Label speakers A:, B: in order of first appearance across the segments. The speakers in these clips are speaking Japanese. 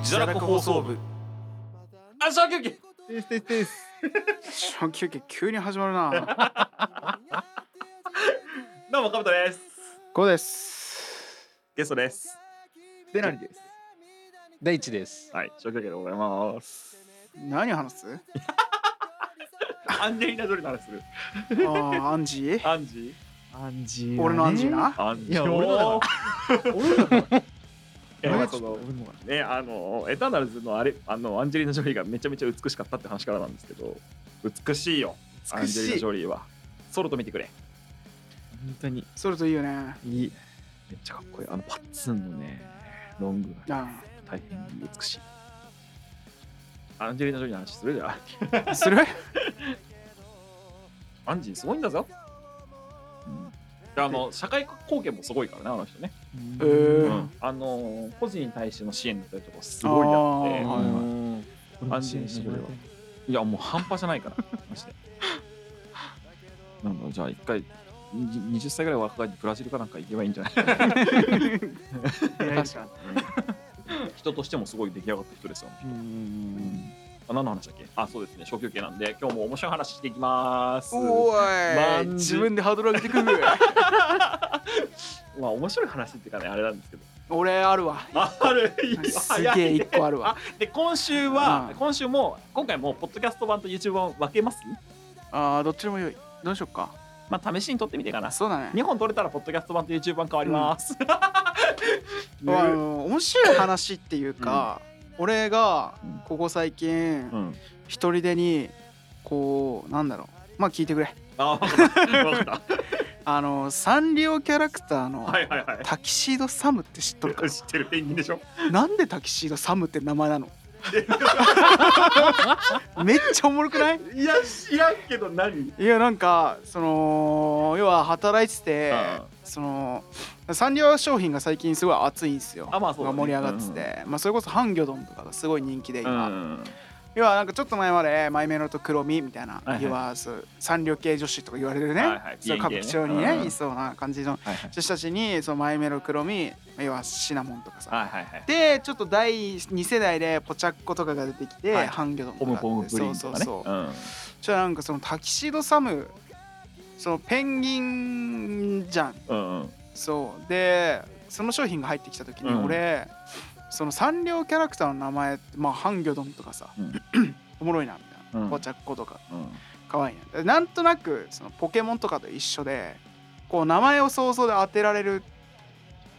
A: 自堕落放送部
B: あ、小休憩
C: ですですです。
A: 小休憩急に始まるな
B: どうも、かぶとです。
A: こうです
B: ゲストです。
C: でなりです。大地です。
B: はい、小休憩でございます。
A: 何話す
B: アンジェリーナ・ジョリーの話する。
A: あーアンジー
B: アンジ
C: アンジー。
A: 俺のアンジー。な
B: ーアン
C: いや
B: 俺
C: 俺
B: の
C: の
B: だ
C: だ
B: よ
C: よ。俺のかな。
B: えま
C: 俺
B: あ
C: が
B: そ
C: ちょっ
B: の
C: と俺のかな
B: ね、あの、エターナルズのあれ、あの、アンジェリーナ・ジョリーがめちゃめちゃ美しかったって話からなんですけど、美しいよ、アン
A: 美
B: ジェリー
A: し
B: ナ・
A: い
B: ジョリーは。ソロと見てくれ。
D: 本当に
A: それといいよね
D: いいめっちゃかっこいいあのパッツンのねロングが
A: あ
D: 大変美しい
B: アンジェリーナ・ジョリーの話するじゃん。
A: ーする
B: アンジーすごいんだぞ。であの、社会貢献もすごいからね、あの人ね。
A: えー
B: うんあのー個人に対しての支援だったりとかすごい
A: あ
B: や
D: ー
B: って
D: 俺も支援してもらいたい
B: いやもう半端じゃないから マジでなんかじゃあ一回に20歳ぐらい若返ってブラジルかなんか行けばいいんじゃない
A: 確か
B: 人としてもすごい出来上がった人ですよ
A: にうん
B: あ何の話だっけあそうですね小休憩なんで今日も面白い話していきます
A: お
B: マ
A: ーい
B: ンジー
A: 自分でハードル上げてく る
B: まあ面白い話っていうかねあれなんですけど
A: 俺あるわ
B: ああるいよ
A: すげえ一個あるわ
B: で今週は、
A: うん
B: 今週も今回もポッドキャスト版と YouTube 版分けます
A: あーどっちでもよいどうしよっか
B: まあ試しに撮ってみてかな
A: そうだね
B: 2本撮れたらポッドキャスト版と YouTube 版変わります、
A: まああの面白い話っていうか俺が
B: うん
A: ここ最近
B: うん
A: 一人でにこうなんだろうまあ聞いてくれ
B: あ分かった分かっ
A: あのサンリオキャラクター
B: た
A: の
B: はいはいはい
A: タキシードサムって知っとるか
B: 知ってるペンギンでしょ
A: なんでタキシードサムって名前な のめっちゃおもろくない
B: いや知らんけど何
A: いやなんかその要は働いてて
B: うん
A: そのサンリオ商品が最近すごい熱いんですよ
B: あまあそうだね
A: 盛り上がってて、まあ、それこそハンギョドンとかがすごい人気で
B: う
A: 今、
B: ん
A: 要はなんかちょっと前までマイメロと黒みみたいな、
B: いはい
A: 要はそうサンリオ系女子とか言われるね、
B: はいはい
A: そう歌舞伎町に
B: ピエン系
A: ね、
B: ねうん
A: いそうな感じの
B: はいはい
A: 女子たちにそのマイメロ黒み要はシナモンとかさ
B: はいはいはい
A: でちょっと第2世代でポチャッコとかが出てきて、
B: はい
A: ハンギョドンと
B: ポ
A: か
B: ムポム
A: そ
B: プリン
A: う
B: と
A: そ
B: か
A: う
B: ね
A: そう、
B: うん
A: じゃあなんかそのタキシードサムそのペンギンじゃん
B: うんうん
A: そうでその商品が入ってきた時に
B: うん
A: 俺、そのサンリオキャラクターの名前まあハンギョドンとかさ、
B: うん
A: おもろいなみたい
B: うん
A: なポチャッコとか
B: うん
A: 可愛いなでなんとなくそのポケモンとかと一緒でこう名前を想像で当てられる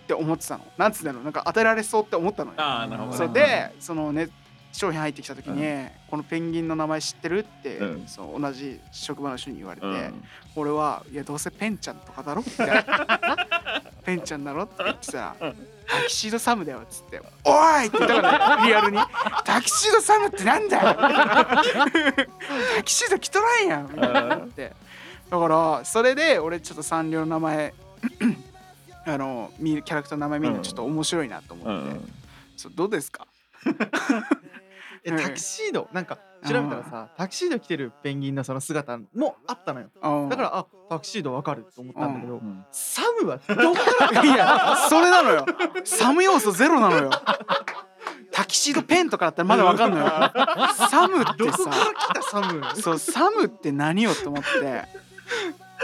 A: って思ってたのなんつうんだろうなんか当てられそうって思ったのよ
B: ああなるほど
A: そ
B: ね
A: れでそのね商品入ってきた時に、このペンギンの名前知ってるって、
B: うん
A: その同じ職場の人に言われて、
B: うん
A: 俺はいやどうせペンちゃんとかだ ろみたいなペンちゃんだろって言ってさタキシードサムだよっつって「おい!」って言ったから、ね、リアルに「タキシードサムってなんだよ! 」タキシード着とらんやん」みたいなってだからそれで俺ちょっとサンリオの名前あの見るキャラクターの名前見るのちょっと面白いなと思
B: う
A: って、
B: ん
A: そうどうですか
C: えタキシードなんか調べたらさタキシード着てるペンギンのその姿もあったのよ。だ
A: だ
C: からあタキシードわかると思ったんだけど
B: うん
C: サムはどこから
A: いやそれなのよサム要素ゼロなのよタキシードペンとかだったらまだわかんのよサムって
C: どこ
A: さ
C: から来たサム？
A: そうサムって何よと思って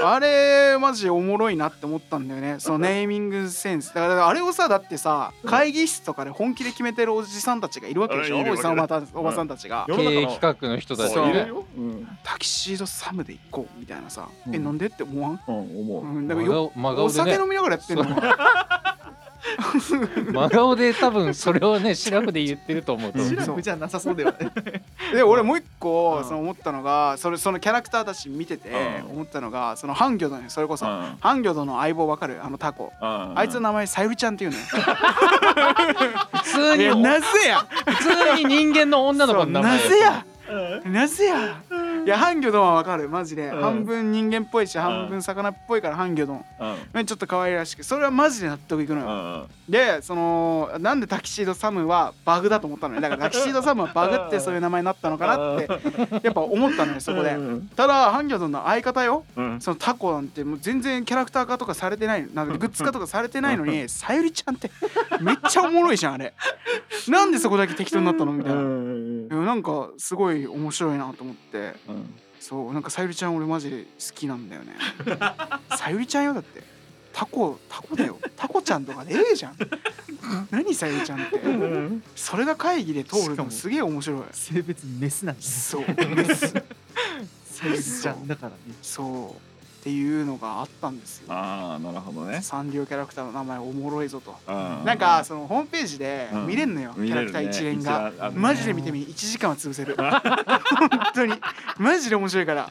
A: あれマジおもろいなって思ったんだよねそのネーミングセンスだからあれをさだってさ会議室とかで本気で決めてるおじさんたちがいるわけでし
B: あい
A: ょ
B: るよ
A: おじさんおばたおばさんたちが
B: 世の
D: 経営
B: 中の
D: 企画の人たち
B: そういる
D: ね
B: ようん
A: タキシードサムで行こうみたいなさ
B: うん
A: えなんでって思わん
B: うん思
A: うんだ
D: 真
A: からよ
D: 顔真
A: お
D: 顔
A: 酒
D: でね
A: 飲みながらやってんの
D: そう真顔で多分それをねシラフで言ってると思うと
B: うん
C: シラフじゃなさそうだよね。
A: で俺もう一個、
C: うん
A: その思ったのがそれそのキャラクターたち見てて
B: うん
A: 思ったのがそのハンギョドンよそれこ
B: う
A: そ、
B: うん
A: ハンギョドンの相棒わかるあのタコ、あいつの名前さゆりちゃんって いうのよ、
D: 普通
A: い
D: に
A: やなぜや
D: 普通に人間の女の子
A: そ
D: の
A: う
D: 名
A: な
D: 前
A: ぜや
B: うん
A: なぜやいやハンギョドンはわかるマジで、
B: うん
A: 半分人間っぽいし
B: ん
A: 半分魚っぽいからハンギョドン
B: うん
A: ねちょっと可愛らしくそれはマジで納得いくの
B: う
A: よ、
B: ん
A: でそのなんでタキシードサムはバグだと思ったのよだからタキシードサムはバグってそういう名前になったのかなってやっぱ思ったのよそこで
B: うん
A: ただハンギョドンの相方よ
B: うん
A: そのタコなんてもう全然キャラクター化とかされてないなんかグッズ化とかされてないのにさゆりちゃんってめっちゃおもろいじゃんあれなんでそこだけ適当になったのみたいな、
B: うん
A: いやなんかすごい面白いなと思って
B: うん
A: そうなんかさゆりちゃん俺マジで好きなんだよねさゆりちゃんよだってタコタコだよタコちゃんとかでええじゃん何さゆりちゃんってそれが会議で通る
C: しか
A: の
C: も
A: すげえ面白い
C: 性別メスなんです
A: そう
C: さゆりちゃんだからね
A: そうっていうのがあったんですよ
B: ああなるほどね
A: サンリオキャラクターの名前おもろいぞと
B: な
A: なんかそのホームページで見れんのよ、キャラクター一連が、マジで見てみ1時間は潰 せる本当にマジで面白いから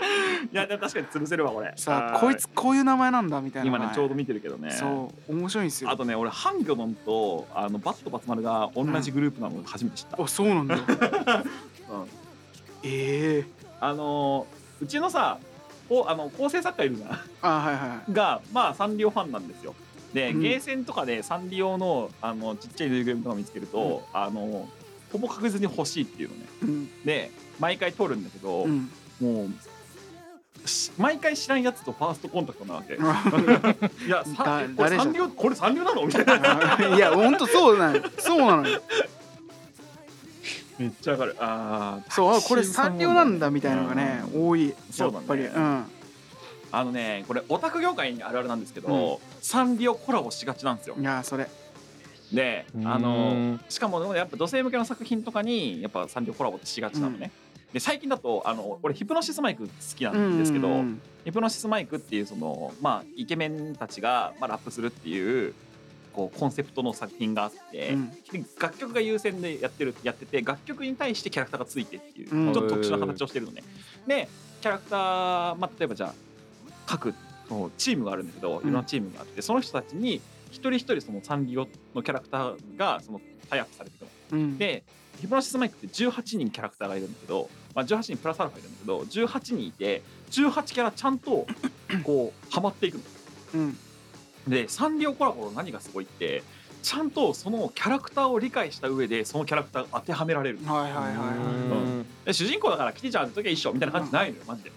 B: いやでも確かに潰せるわ俺
A: さ
B: は
A: あ
B: い
A: こいつこういう名前なんだみたいな
B: 今ねちょう
A: ど
B: ど見てるけどね
A: そう面白いんですよ
B: あとね俺ハンギョドンとあのバットバツマルが同じグループなの初めて知った、
A: あそう なんだ
B: うん
A: ええ
B: あのーうちのさこうあの構成作家いるじゃ
A: あはいは
B: ん がまあサンリオファンなんですよで、
A: うん
B: ゲーセンとかでサンリオのあのちっちゃいぬいぐるみとか見つけると、あのほぼ確実に欲しいっていうのね
A: いうん
B: で毎回取るんだけど、
A: うん
B: もうし毎回知らんやつとファーストコンタクトなわけいやさ
A: だ
B: こ
A: 誰
B: れ
A: じゃん
B: サンリオこれサンリオなのみたいな
A: いやほんとそうなのそうなのよ
B: めっちゃわかるあー
A: そうあこれサンリオなんだみたいなのがね多い
B: そ
A: や
B: う
A: っ
B: だね
A: ぱりうん
B: あのねこれオタク業界にあるあるなんですけど、サンリオコラボしがちなんですよ
A: いやそれ
B: であのしかもやっぱ女性向けの作品とかにやっぱサンリオコラボってしがちなのね、で最近だとあの俺ヒプノシスマイク好きなんですけど、
A: うんうん
B: ヒプノシスマイクっていうその、まあ、イケメンたちが、まあ、ラップするっていうこうコンセプトの作品があって、
A: うん
B: で楽曲が優先でやってるやってて楽曲に対してキャラクターがついてっていう、
A: うん
B: ちょっと特殊な形をしてるのね。でキャラクター、まあ、例えばじゃあ各こうチームがあるんだけどいろんなチームがあって、その人たちに一人一人そのサンリオのキャラクターがそのタイアップされていくの。
A: うん
B: でヒプノシスマイクって18人キャラクターがいるんだけど、まあ、18人プラスアルファいるんだけど18人いて18キャラちゃんとこうハマっていくの。
A: うん
B: でサンリオコラボの何がすごいってちゃんとそのキャラクターを理解した上でそのキャラクターが当てはめられる
A: はいはいはいは
B: で主人公だからキティちゃんの時は一緒みたいな感じないのよマジで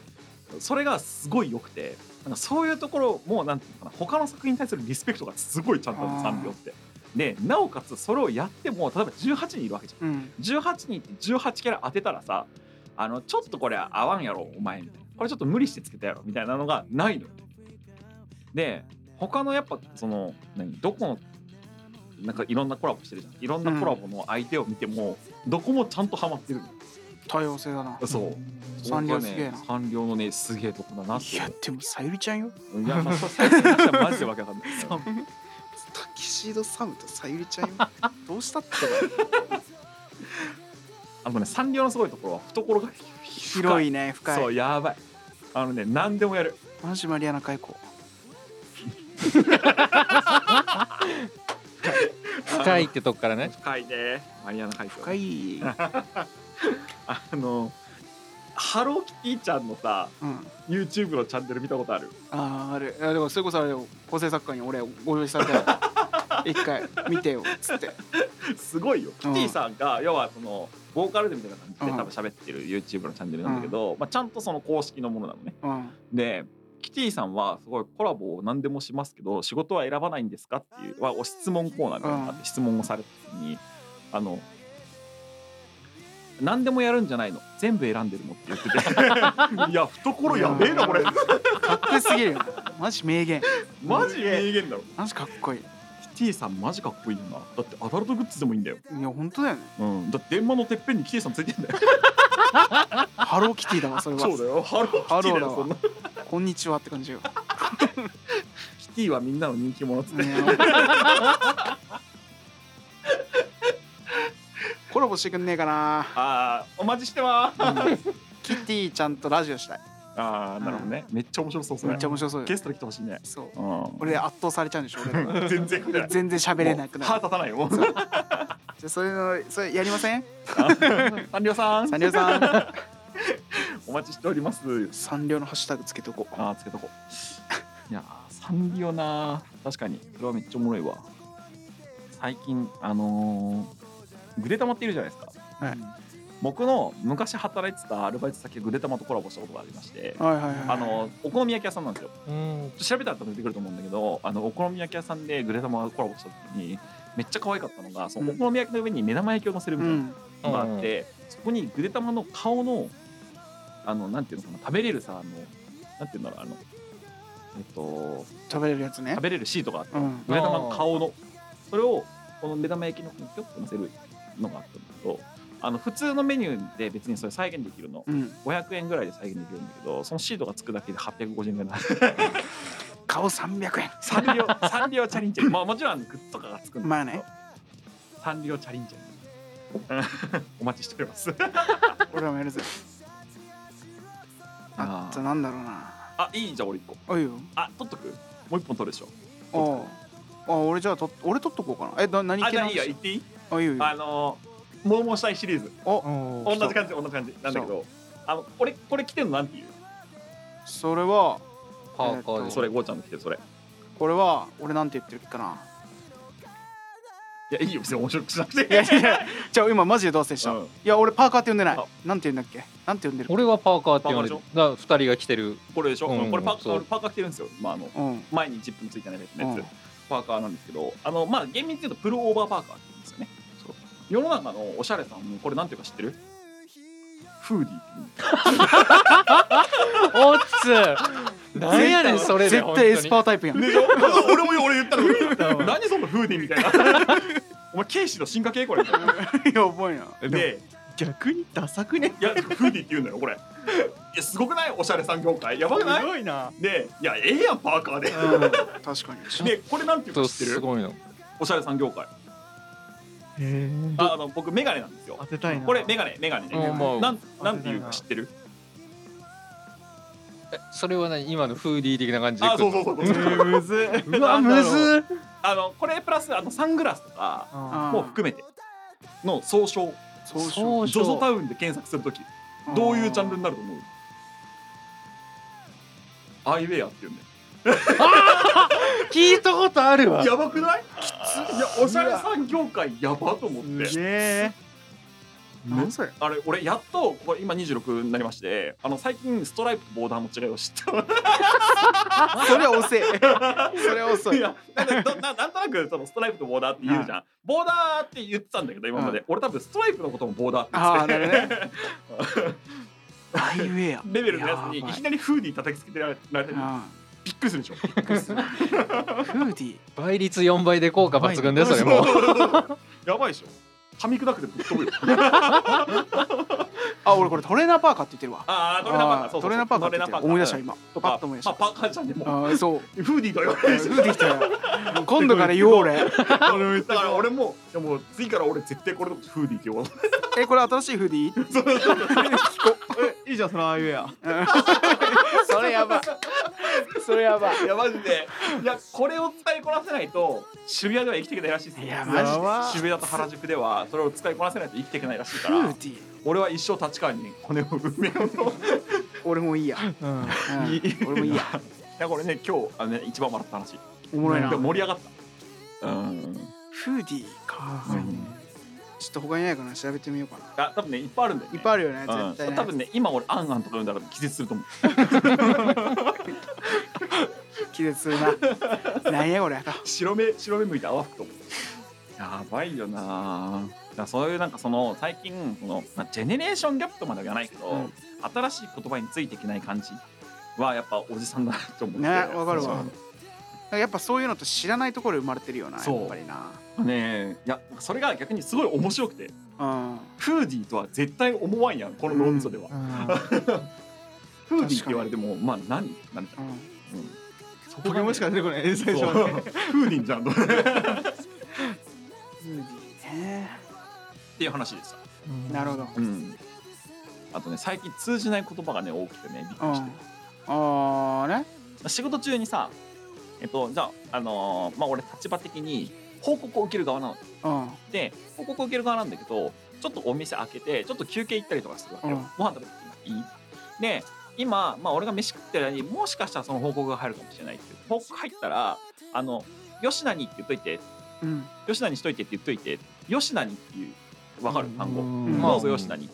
B: それがすごい良くてなんかそういうところもなんていうのかな他の作品に対するリスペクトがすごいちゃんとあるの
A: あー
B: サンリオってでなおかつそれをやっても例えば18人いるわけじゃん
A: いうん
B: 18人って18キャラ当てたらさあのちょっとこれ合わんやろお前みたいなこれちょっと無理してつけたやろみたいなのがないのよで他のやっぱその何どこのなんかいろんなコラボしてるじゃんいろんなコラボの相手を見ても、どこもちゃんとハマってる
A: 多様性だな
B: のそう
A: サンリオすげえな
B: ねサンリオのねすげえとこだなって
A: いやでもさゆりちゃんよ
B: いやまあ最初の話はマジでわけわ かんない
A: タキシードサムとさゆりちゃん よどうしたって
B: あのねサンリオのすごいところは懐が深
A: 広
B: い
A: いね深
B: そう
A: い
B: やばいあのね何でもやる
A: マジマリアナ海溝
E: 深いってとこからね
B: 深いねマリアナ海峡
A: 深い、うん、
B: あのハローキティちゃんのさ YouTube のチャンネル見たことある
A: あーあれいやでもそれこそあれよ構成作家に俺ご用意された よ一回見てよっつって
B: すごいよキテ
A: うん
B: ィさんが要はそのボーカルでみたいな感じで
A: うん
B: 多分喋ってる YouTube のチャンネルなんだけど、まあ、ちゃんとその公式のものなのね
A: うん
B: でキティさんはすごいコラボを何でもしますけど仕事は選ばないんですかっていうはお質問コーナーみたいなのがあって質問をされた時にあの何でもやるんじゃないの全部選んでるのって言ってて いや懐やべえなこれ
A: かっこよすぎるよマジ名言
B: マジ名言だろ
A: マジかっこいい
B: キティさんマジかっこいいよなだってアダルトグッズでもいいんだよ、
A: いや本当だよね
B: うん、だって電話のてっぺんにキティさんついてんだ よ
A: ハローキティだわそれは
B: だよハローキ
A: ハ
B: ティ
A: ローだ
B: だ よそんな
A: わこんにちはって感じよ、
B: キティはみんなの人気者っつって、
A: ね コラボしてくんねえかな
B: ああお待ちしてます
A: キティちゃんとラジオしたい
B: ああなるほどね、めっちゃ面白そうそれ
A: めっちゃ面白そうよ
B: ゲストで来てほしいね
A: そう
B: うん
A: 俺圧倒されちゃうんでしょ俺らが
B: 全然
A: で全然喋れなくな
B: 歯
A: る
B: 立たないよ
A: じゃあそれのそれやりません
B: サンリオさん
A: サンリオさん
B: おお待ちしております
A: サンリオのハッシュタグつけとこう
B: あーつけとこういやーサンリオなー確かにそれはめっちゃおもろいわ最近あのーグレタマっているじゃないですか
A: はい
B: 僕の昔働いてたアルバイト先がグレタマとコラボしたことがありまして
A: はいはいはい
B: あのーお好み焼き屋さんなんですよ
E: うん
B: 調べたら多分出てくると思うんだけどあのお好み焼き屋さんでグレタマがコラボした時にめっちゃ可愛かったのがそのお好み焼きの上に目玉焼きを乗せるみ
A: う
B: たいなんのがあって、そこにグレタマの顔のあのなんていうのかな食べれるさあのなんていうんだろうあのえっと
A: 食べれるやつね
B: 食べれるシートがあって
A: うん
B: グレタマの顔のそれをこの目玉焼きの方にピョッと乗せるのがあったんだけどあの普通のメニューで別にそれ再現できるの
A: うん
B: 500円ぐらいで再現できるんだけどそのシートがつくだけで850円ぐらい
A: 顔300円
B: サン リオ、サンリオチャリンチャリン。まあもちろんグッズとかがつくん
A: ま
B: だ
A: あ
B: けど、
A: ね
B: サンリオチャリンチャリン。 お待ちしております。
A: 俺らもやるぜあとなんだろうな
B: あ、いいじゃん、俺一個。
A: おいよ
B: あ、取っとくもう一本取るでしょ。
A: おうあ俺じゃあと俺取っとこうかなえな何
B: あ、
A: 系
B: じゃ
A: の
B: あいいよ、言っていい
A: あいいよいいよ
B: あのー、もうもうしたいシリーズ。
A: お
B: 同
C: お
B: じ感じ、同じ感じ。なんだけど、あの、これ、これ来てんのなんていう
A: それは
E: パーカー
A: うん
E: で
B: それ、ゴーちゃんの来てる、それ。
A: これは俺なんて言ってるっけかない
B: や、いいよ、別に面白くしな
A: い
B: く
A: や
B: て。
A: いやじゃあ今マジでどうせした、
B: うん
A: いや俺パーカーって呼んでない
B: あ
A: なんて言うんだっけなんて呼んでる
E: 俺はパーカーって言われる
B: パー
E: だ
B: カ
E: から二人が着てる
B: これでしょ、
E: うん
B: これパーカ
E: そ
B: ー、
E: う
B: パーカー着てるんですよ。まあ、あの、
A: うん
B: 前にジップについてないやつ。
A: うん
B: パーカーなんですけど、あの、まあ、厳密に言うとプルオーバーパーカーって言うんですよね。世の中のおしゃれさんも、これなんていうか知ってるフーディーって言うんですよ
E: おっつなんやねんそれで
A: 絶対エスパ
E: ー
A: ータイプやん、
B: でしょ俺も俺言ったの何そのフーディーみたいな。お前、警視の進化系これ。
A: いや覚えな
B: で、
C: 逆にダサくね
B: いや、フーディーって言うんだよ、これ。いや、すごくないおしゃれ産業界。やばく
C: す
B: ない
C: ごいな
B: で、いや、ええやん、パーカーで。
A: うん確かに
B: で、これなんていうか
E: と
B: 知って
E: す
B: る
E: ごいの
B: おしゃれ産業界。
C: へー
B: ああの、僕、メガネなんですよ
C: 当。てたいな
B: これ、メガネ、メガネね。
E: うんまあ
B: なんなんていうか知ってる
E: えそれは何今のフーディー的な感じで
B: あ、
E: 来
B: そ
E: る
B: うそうそう
C: え
B: そう。
C: ーむず
E: うわむず
B: あのこれプラスあのサングラスとか
C: あ
B: も含めての総称
A: そうしよ
E: そう
B: ジョゾタウンで検索するときどういうジャンルになると思うアイウェアっていうんだよ
E: 聞いたことあるわ
B: やばくないきついやおしゃれ産業界やばと思って、
C: ーすげえ
A: 何それ
B: あれ俺やっとこれ今26になりましてあの最近ストライプとボーダーの違いを知ったわ
A: それ遅いそれ遅
B: い
A: い
B: やなんかどななんとなくそのストライプとボーダーって言うじゃん、ボーダーって言ってたんだけど今まで、俺多分ストライプのこともボーダーって言って
A: ああなるほどね アイウェア
B: レベルのやつにい
A: ば
B: きなりフーディー叩きつけてられられて
A: あ
B: びっくりするでしょ
A: あフーディー
E: 倍率4倍で効果抜群でそれも
B: やばいでしょ噛み砕くでぶっ飛ぶよ
A: あ俺これトレーナーパーカーって言ってるわ
B: ああトレナパーカー
A: あートレーナーパーカーって言ってる思い出した今
B: と
A: パッ
B: か
A: と思い出し
B: まあ
A: た
B: パーカーじゃんねも
A: ああそう
B: うフーディーと言わ
A: フ
B: れるし
A: ーディー来たよ今度から言おう俺
B: だから 俺もいやもう次から俺絶対これのことフーディーって言わ
A: えこれ新しいフーディー
C: えいいじゃんそのアイウェア
A: それやばいそれやばい
B: いやマジでいやこれを使いこなせないと渋谷では生きていけないらしいですよ
A: いやマジで
C: やば
B: 渋谷と原宿ではそれを使いこなせないと生きていけないらしいか
A: フー
B: ら
A: ディー
B: 俺は一生立川に骨を埋めようと
A: 俺もいいや、
C: うん
A: うん
C: いい
A: 俺もいいや
B: いやこれね今日あの、ね、一番笑った話
A: おもろいな
B: でも盛り上がったうん
A: フーディーか、ちょっと他にないかな調べてみようかな
B: あ多分ねいっぱいあるんだよ、ね、
A: いっぱい
B: い
A: あるよね絶対
B: うん、
A: ね
B: 多分ね今俺アンアンとか読んだら気絶すると思う
A: 気絶するななんやこれ
B: 白目白目向いて泡吹くと思うやばいよなだからそういうなんかその最近その、まあ、ジェネレーションギャップとまでは言わないけど、
A: うん
B: 新しい言葉についていけない感じはやっぱおじさんだなと思って
A: ねわかる
B: そう
A: わやっぱそういうのと知らないところで生まれてるよなや
B: そう
A: っぱりな
B: ねいやそれが逆にすごい面白くて
A: うん
B: フーディーとは絶対思わんやんこの論争では、フーディーって言われてもまあ何なんじ
A: う
B: ゃん、
A: ん
B: うん
C: そこもしか出てこない最
B: そう
C: 初
B: フ ー
C: はね
B: ディンじゃんと思って
A: フー
B: っ
A: ディーね
B: ていう話でした、
A: なるほど
B: うん、あとね最近通じない言葉がね多くてねびっく
A: う
B: りして
A: んあーね
B: 仕事中にさえっとじゃああのーまあ俺立場的に報告を受ける側なの
A: うん
B: で報告を受ける側なんだけどちょっとお店開けてちょっと休憩行ったりとかするわけよ、
A: うん
B: ご飯食べていいで今、まあ、俺が飯食ってる間にもしかしたらその報告が入るかもしれないっていう報告入ったら「あの吉田に」って言っといて
A: うん
B: 「吉田にしといて」って言っといて「吉田に」っていうわかる単語
A: ん
B: どうぞ吉田に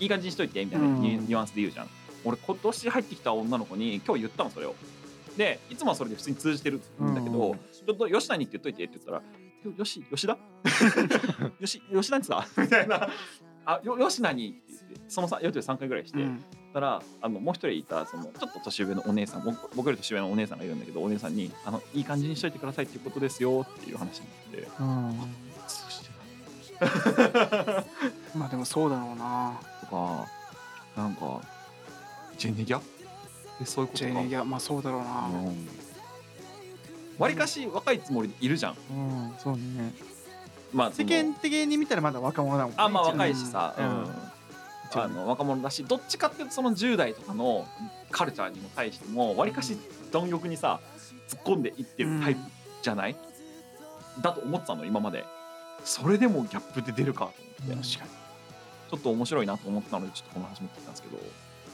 B: いい感じにしといてみたいな
A: うん
B: ニュニュアンスで言うじゃん俺今年入ってきた女の子に今日言ったのそれをでいつもはそれで普通に通じてるんだけど、
C: うん
B: ちょっと吉田にって言っといてって言ったらよよし 吉田よし吉田にさみたいなあよ吉田にって言ってその43回ぐらいして、
A: うん
B: たらあのもう一人いたそのちょっと年上のお姉さん僕僕より年上のお姉さんがいるんだけどお姉さんにあのいい感じにしといてくださいっていうことですよっていう話になってそうして
A: まあでもそうだろうな
B: とかなんかジェネギャえそういうこ
A: ジ
B: とか
A: ェネギャまあそうだろう
B: う
A: なん
B: わりかし若いつもりでいるじゃん
C: うんそうね
B: まあそ
C: 世
B: の
C: 間的に見たらまだ若者だもんね
B: あまあ
C: 一応ね
B: 若いしさ、
C: う
B: うんん
C: 一応ね
B: あの若者だしどっちかっていうとその10代とかのカルチャーにも対してもわりかし貪欲にさ突っ込んでいってるタイプじゃない、だと思ってたの今までそれでもギャップで出るかと思って、ち
A: 確かに
B: ょっと面白いなと思ってたのでちょっとこの話持ってきたんですけど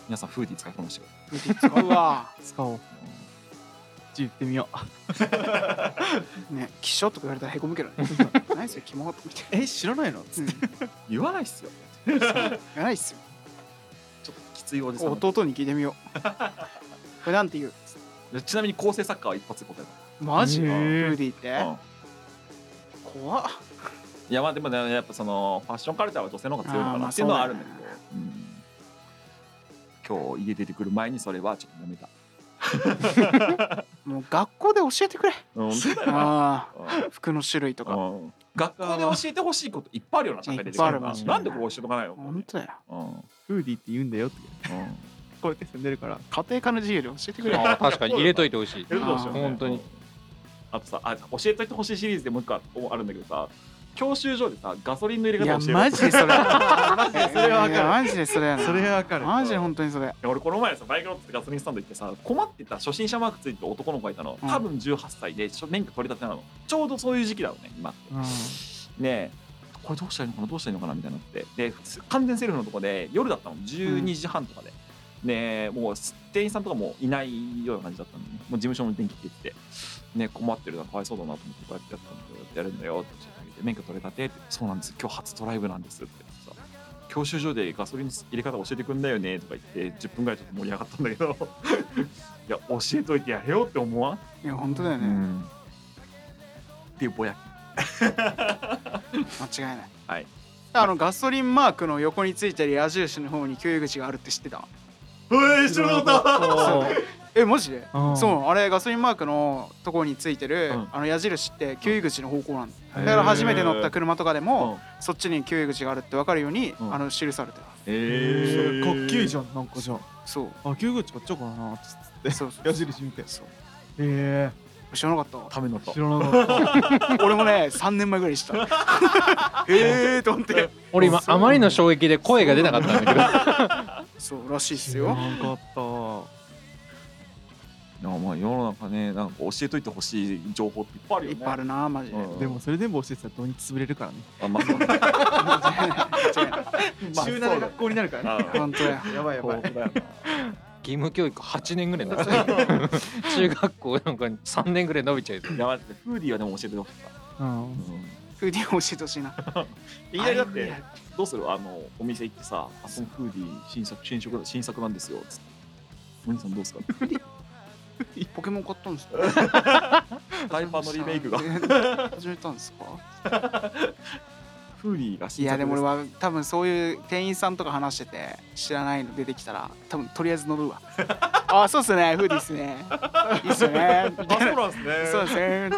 B: 皆さんフーディー使いこなしてください
A: 見て使うわ
C: 使おうちょっと言ってみよう
A: ね気象とか言われたらへこむけどね何それキモみたい
C: え知らないの
A: な、うん、い
B: 言わないっすよ
A: やないっすよ
B: ちょっときついおじさん
A: 弟に聞いてみようこれなんて言う
B: ちなみに構成作家は一発で答え
A: マジ
C: へ
A: フ
C: ー
A: ーディーって
B: た、うん
A: 怖っ
B: いやまあでもねやっぱそのファッションカルチャーは女性の方が強いのかなっていうのはあるんだけど、うん今日家出てくる前にそれはちょっと揉めた。
A: もう学校で教えてくれ
B: うん本 当だよな
A: ああ服の種類とか
B: うん学校で教えてほしいこといっぱいあるような社会ででき
A: いっぱいあ
B: る
A: る
B: か
A: もん
B: ら
A: ね
B: なんでこれ教えとかないの、うん
A: 本当だよ
C: フーディーって言うんだよって
B: うん
C: こうやって住んでるから
A: 家庭科の授業で教えてくれ
E: あー確かに入れといてほしい
B: やるとしようね
E: 本当に
B: あとさあ教えといてほしいシリーズでもう一個あるんだけどさ教習所でさガソリンの入れ
A: い
B: 方
A: や
B: 教える
A: マジでそれマジ
C: でそれはわかる
A: マジでそれやな
C: それはわかる
A: マジで本当にそれ
B: いや俺この前さバイク乗ってガソリンスタンド行ってさ困ってた初心者マークついてる男の子がいたの
A: うん
B: 多分18歳でしょ免許取り立てなのちょうどそういう時期だろうね今ってでこれどうしたらいいのかなどうしたらいいのかなみたいになってで普通完全セルフのとこで夜だったの12時半とかで、でもう店員さんとかもいないような感じだったんで、ね、もう事務所の電気切っててね困ってるなかわいそうだなと思ってこうやってやったんだけどやってやるんだよって教えてあげて免許取れたてってそうなんです今日初トライブなんですってさ教習所でガソリンの入れ方教えてくんだよねとか言って10分ぐらいちょっと盛り上がったんだけど いや教えといてやれよって思わん、
A: いや本当だよね、
B: っていうぼやき
A: 間違いない
B: はい
A: あのガソリンマークの横についてる矢印の方に給油口があるって知ってた
B: え知らなかった
A: えマジで
C: うん
A: そうあれガソリンマークのところについてる、
B: うん
A: あの矢印って給油口の方向なんだ
C: へー
A: だから初めて乗った車とかで
B: う
A: も
B: ん、
A: そっちに給油口があるって分かるように、
B: うん
A: あの記されてる
B: えー、
C: えかっけえじゃんなんかじゃ
A: そう
C: ああ救護地こっちかなっつって
A: そうそう
C: 矢印見てへ
A: そう
C: え
A: 知らなかったわ
B: ためになった
C: 知らなかった
A: 俺もね3年前ぐらいに 知ったえーと思って
E: 俺今あまりの衝撃で声が出なかったんだけど
A: そうらしいっす
C: 知ら
A: よ
C: なかった
B: いやまあ世の中ねなんか教えといてほしい情報っていっぱいあるよ
A: いっ
B: ね
A: ぱいあるなマジで、
B: うん
C: でもそれ全部教えてたら土日潰れるからね
B: あまあそうだね
A: 間違い ない
C: 週7学校になるからね
B: あ
A: 本当や
C: やばい
B: あ
C: やば
B: 本
C: い
B: 当だよ
E: 義務教育8年ぐらいになってた 中学校なんか3年ぐらい伸びちゃう
B: ないや待ってフーディーはでも教えてほしかった、
C: うん
A: フーディー教えてほしいな
B: うん、いきなりだってどうするあのお店行ってさあそのフーディー新作新色新作なんですよつってお兄さんどうですか
A: ポケモン買ったんですか
B: タイパーのリメイクが
A: 始めたんですか
B: フーディーが
A: い
B: 新
A: や
B: 作
A: で
B: です
A: も俺は多分そういう店員さんとか話してて知らないの出てきたら多分とりあえず乗るわ あそうっすねフーディーっすねいいっす ねみ
B: あ
A: たいな
B: そうなんですね
A: そうですね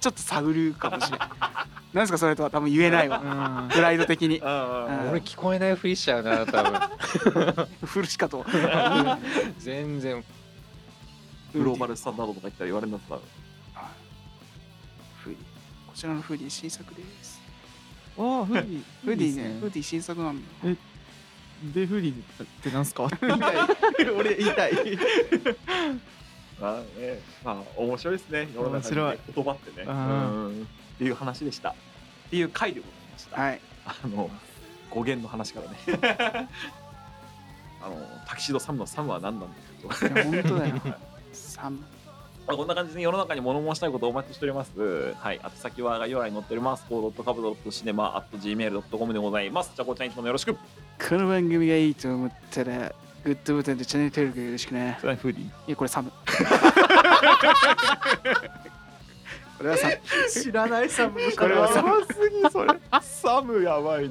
A: ちょっと探るかもしれないなんですかそれとは多分言えないわ
C: うん
A: プライド的に
B: あ
A: うん
E: 俺聞こえないふりしちゃうな多分
A: フルシカと
E: 全然
B: グローバルスタンダードとか言ったら言われるんだったら
A: フーディーこちらのフーディー新作です
C: ああフーディ
A: フーディーね
C: いいです
A: フーディー新作なんだ
C: でフーディってなんす かって言いたい俺言いたい
B: まあね、まあ面白いですね。世の中に
C: 面白い
B: ね言葉ってね。
C: う
B: うんん。っていう話でした。っていう回でございました。
A: はい
B: あの語源の話からね。 あのタキシードサムのサムは何なんだと
A: いや本当だ よ。サム。
B: まあこんな感じで世の中に物申したいことをお待ちしております。はい。宛先は概要欄に載っております。こう .cab.cinema.gmail.com でございます。じゃあ、こちらいつもよろしく。
A: この番組がいいと思ったら、グッドボタンとチャンネル登録よろしくね。
B: それフーディ
A: いや、これサ ム。これはサム。
C: 知らないサムの
A: これはサム。
B: すぎそれ。サムやばいね。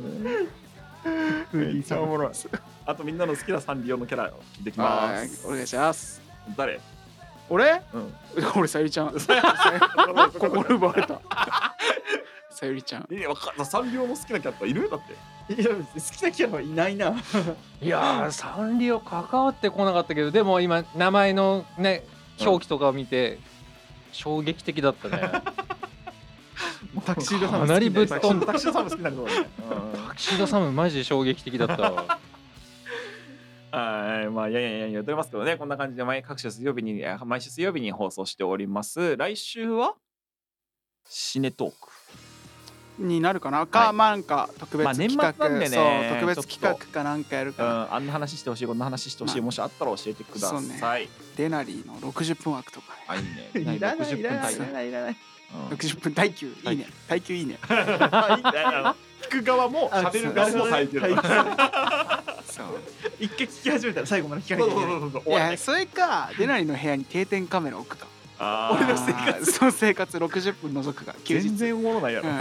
C: フーディーサム
B: おもろい。あとみんなの好きなサンリオのキャラ聞いてきま
A: はい
B: す。
A: お願いします。
B: 誰
A: 俺
B: うん。
A: 俺、さゆりちゃん。 心奪われた。さゆりちゃん。
B: え、わかんないサンリオの好きなキャラとかいるだって。
C: いや好きなキャラはいないな。
E: いやーサンリオ関わってこなかったけどでも今名前のね表記とかを見て衝撃的だったね
C: タキシードサム
E: かなりぶっ飛んだ
B: タクシーのサム好きなの
E: 岸田さんマジ衝撃的だったわ
B: はい、まあ、いやいやいや、言っておりますけどね、こんな感じで毎各週水曜日に、え毎週水曜日に放送しております。来週は。シネトーク。
A: になるかなか、
B: はい
A: まあなんか特別企画、
B: まあ年末なんでね
A: そう特別
B: ちょっ
A: 企
B: と
A: 画かなんかやる
B: う
A: か
B: ん、
A: ら、
B: あんな話してほしい、こんな話してほしい、
A: まあ
B: もしあったら教えてくだ
A: そ
B: さ
A: う
B: い。
A: ねデナリーの60分枠とかね
B: あ、いい ね。
C: いらない
B: 60
C: い
B: 分
C: らな
B: 単
C: い
B: 位
C: い
B: ね
C: らないいらない。
B: うん
A: 60分耐久いいね耐久いいね
B: あいいねあの聞く側も、喋る側も最低だ。
A: そう
C: 一回聞き始めたら最後まで聞 か
B: そ
C: な
B: う
C: き
B: そう
C: ゃいけない
B: そうそう
A: い
B: 終わんな
A: や
B: い
A: それかデナリの部屋に定点カメラ置くか
B: あ
A: 俺
B: ー
A: の生活そう生活60分覗くか休日
B: 全然おもろないや
A: う
B: ろ。
A: ん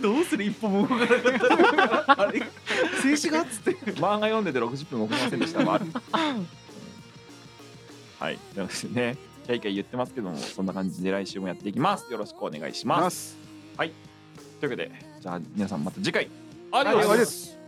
C: どうする一歩も動かなかったらあれ静止画っつって
B: 漫画読んでて60分動きませんでしたわはいなのでねキャイキャイ言ってますけどもそんな感じで来週もやっていきますよろしくお願いします
A: す
B: というわけでじゃあ皆さんまた次回ありがとうございます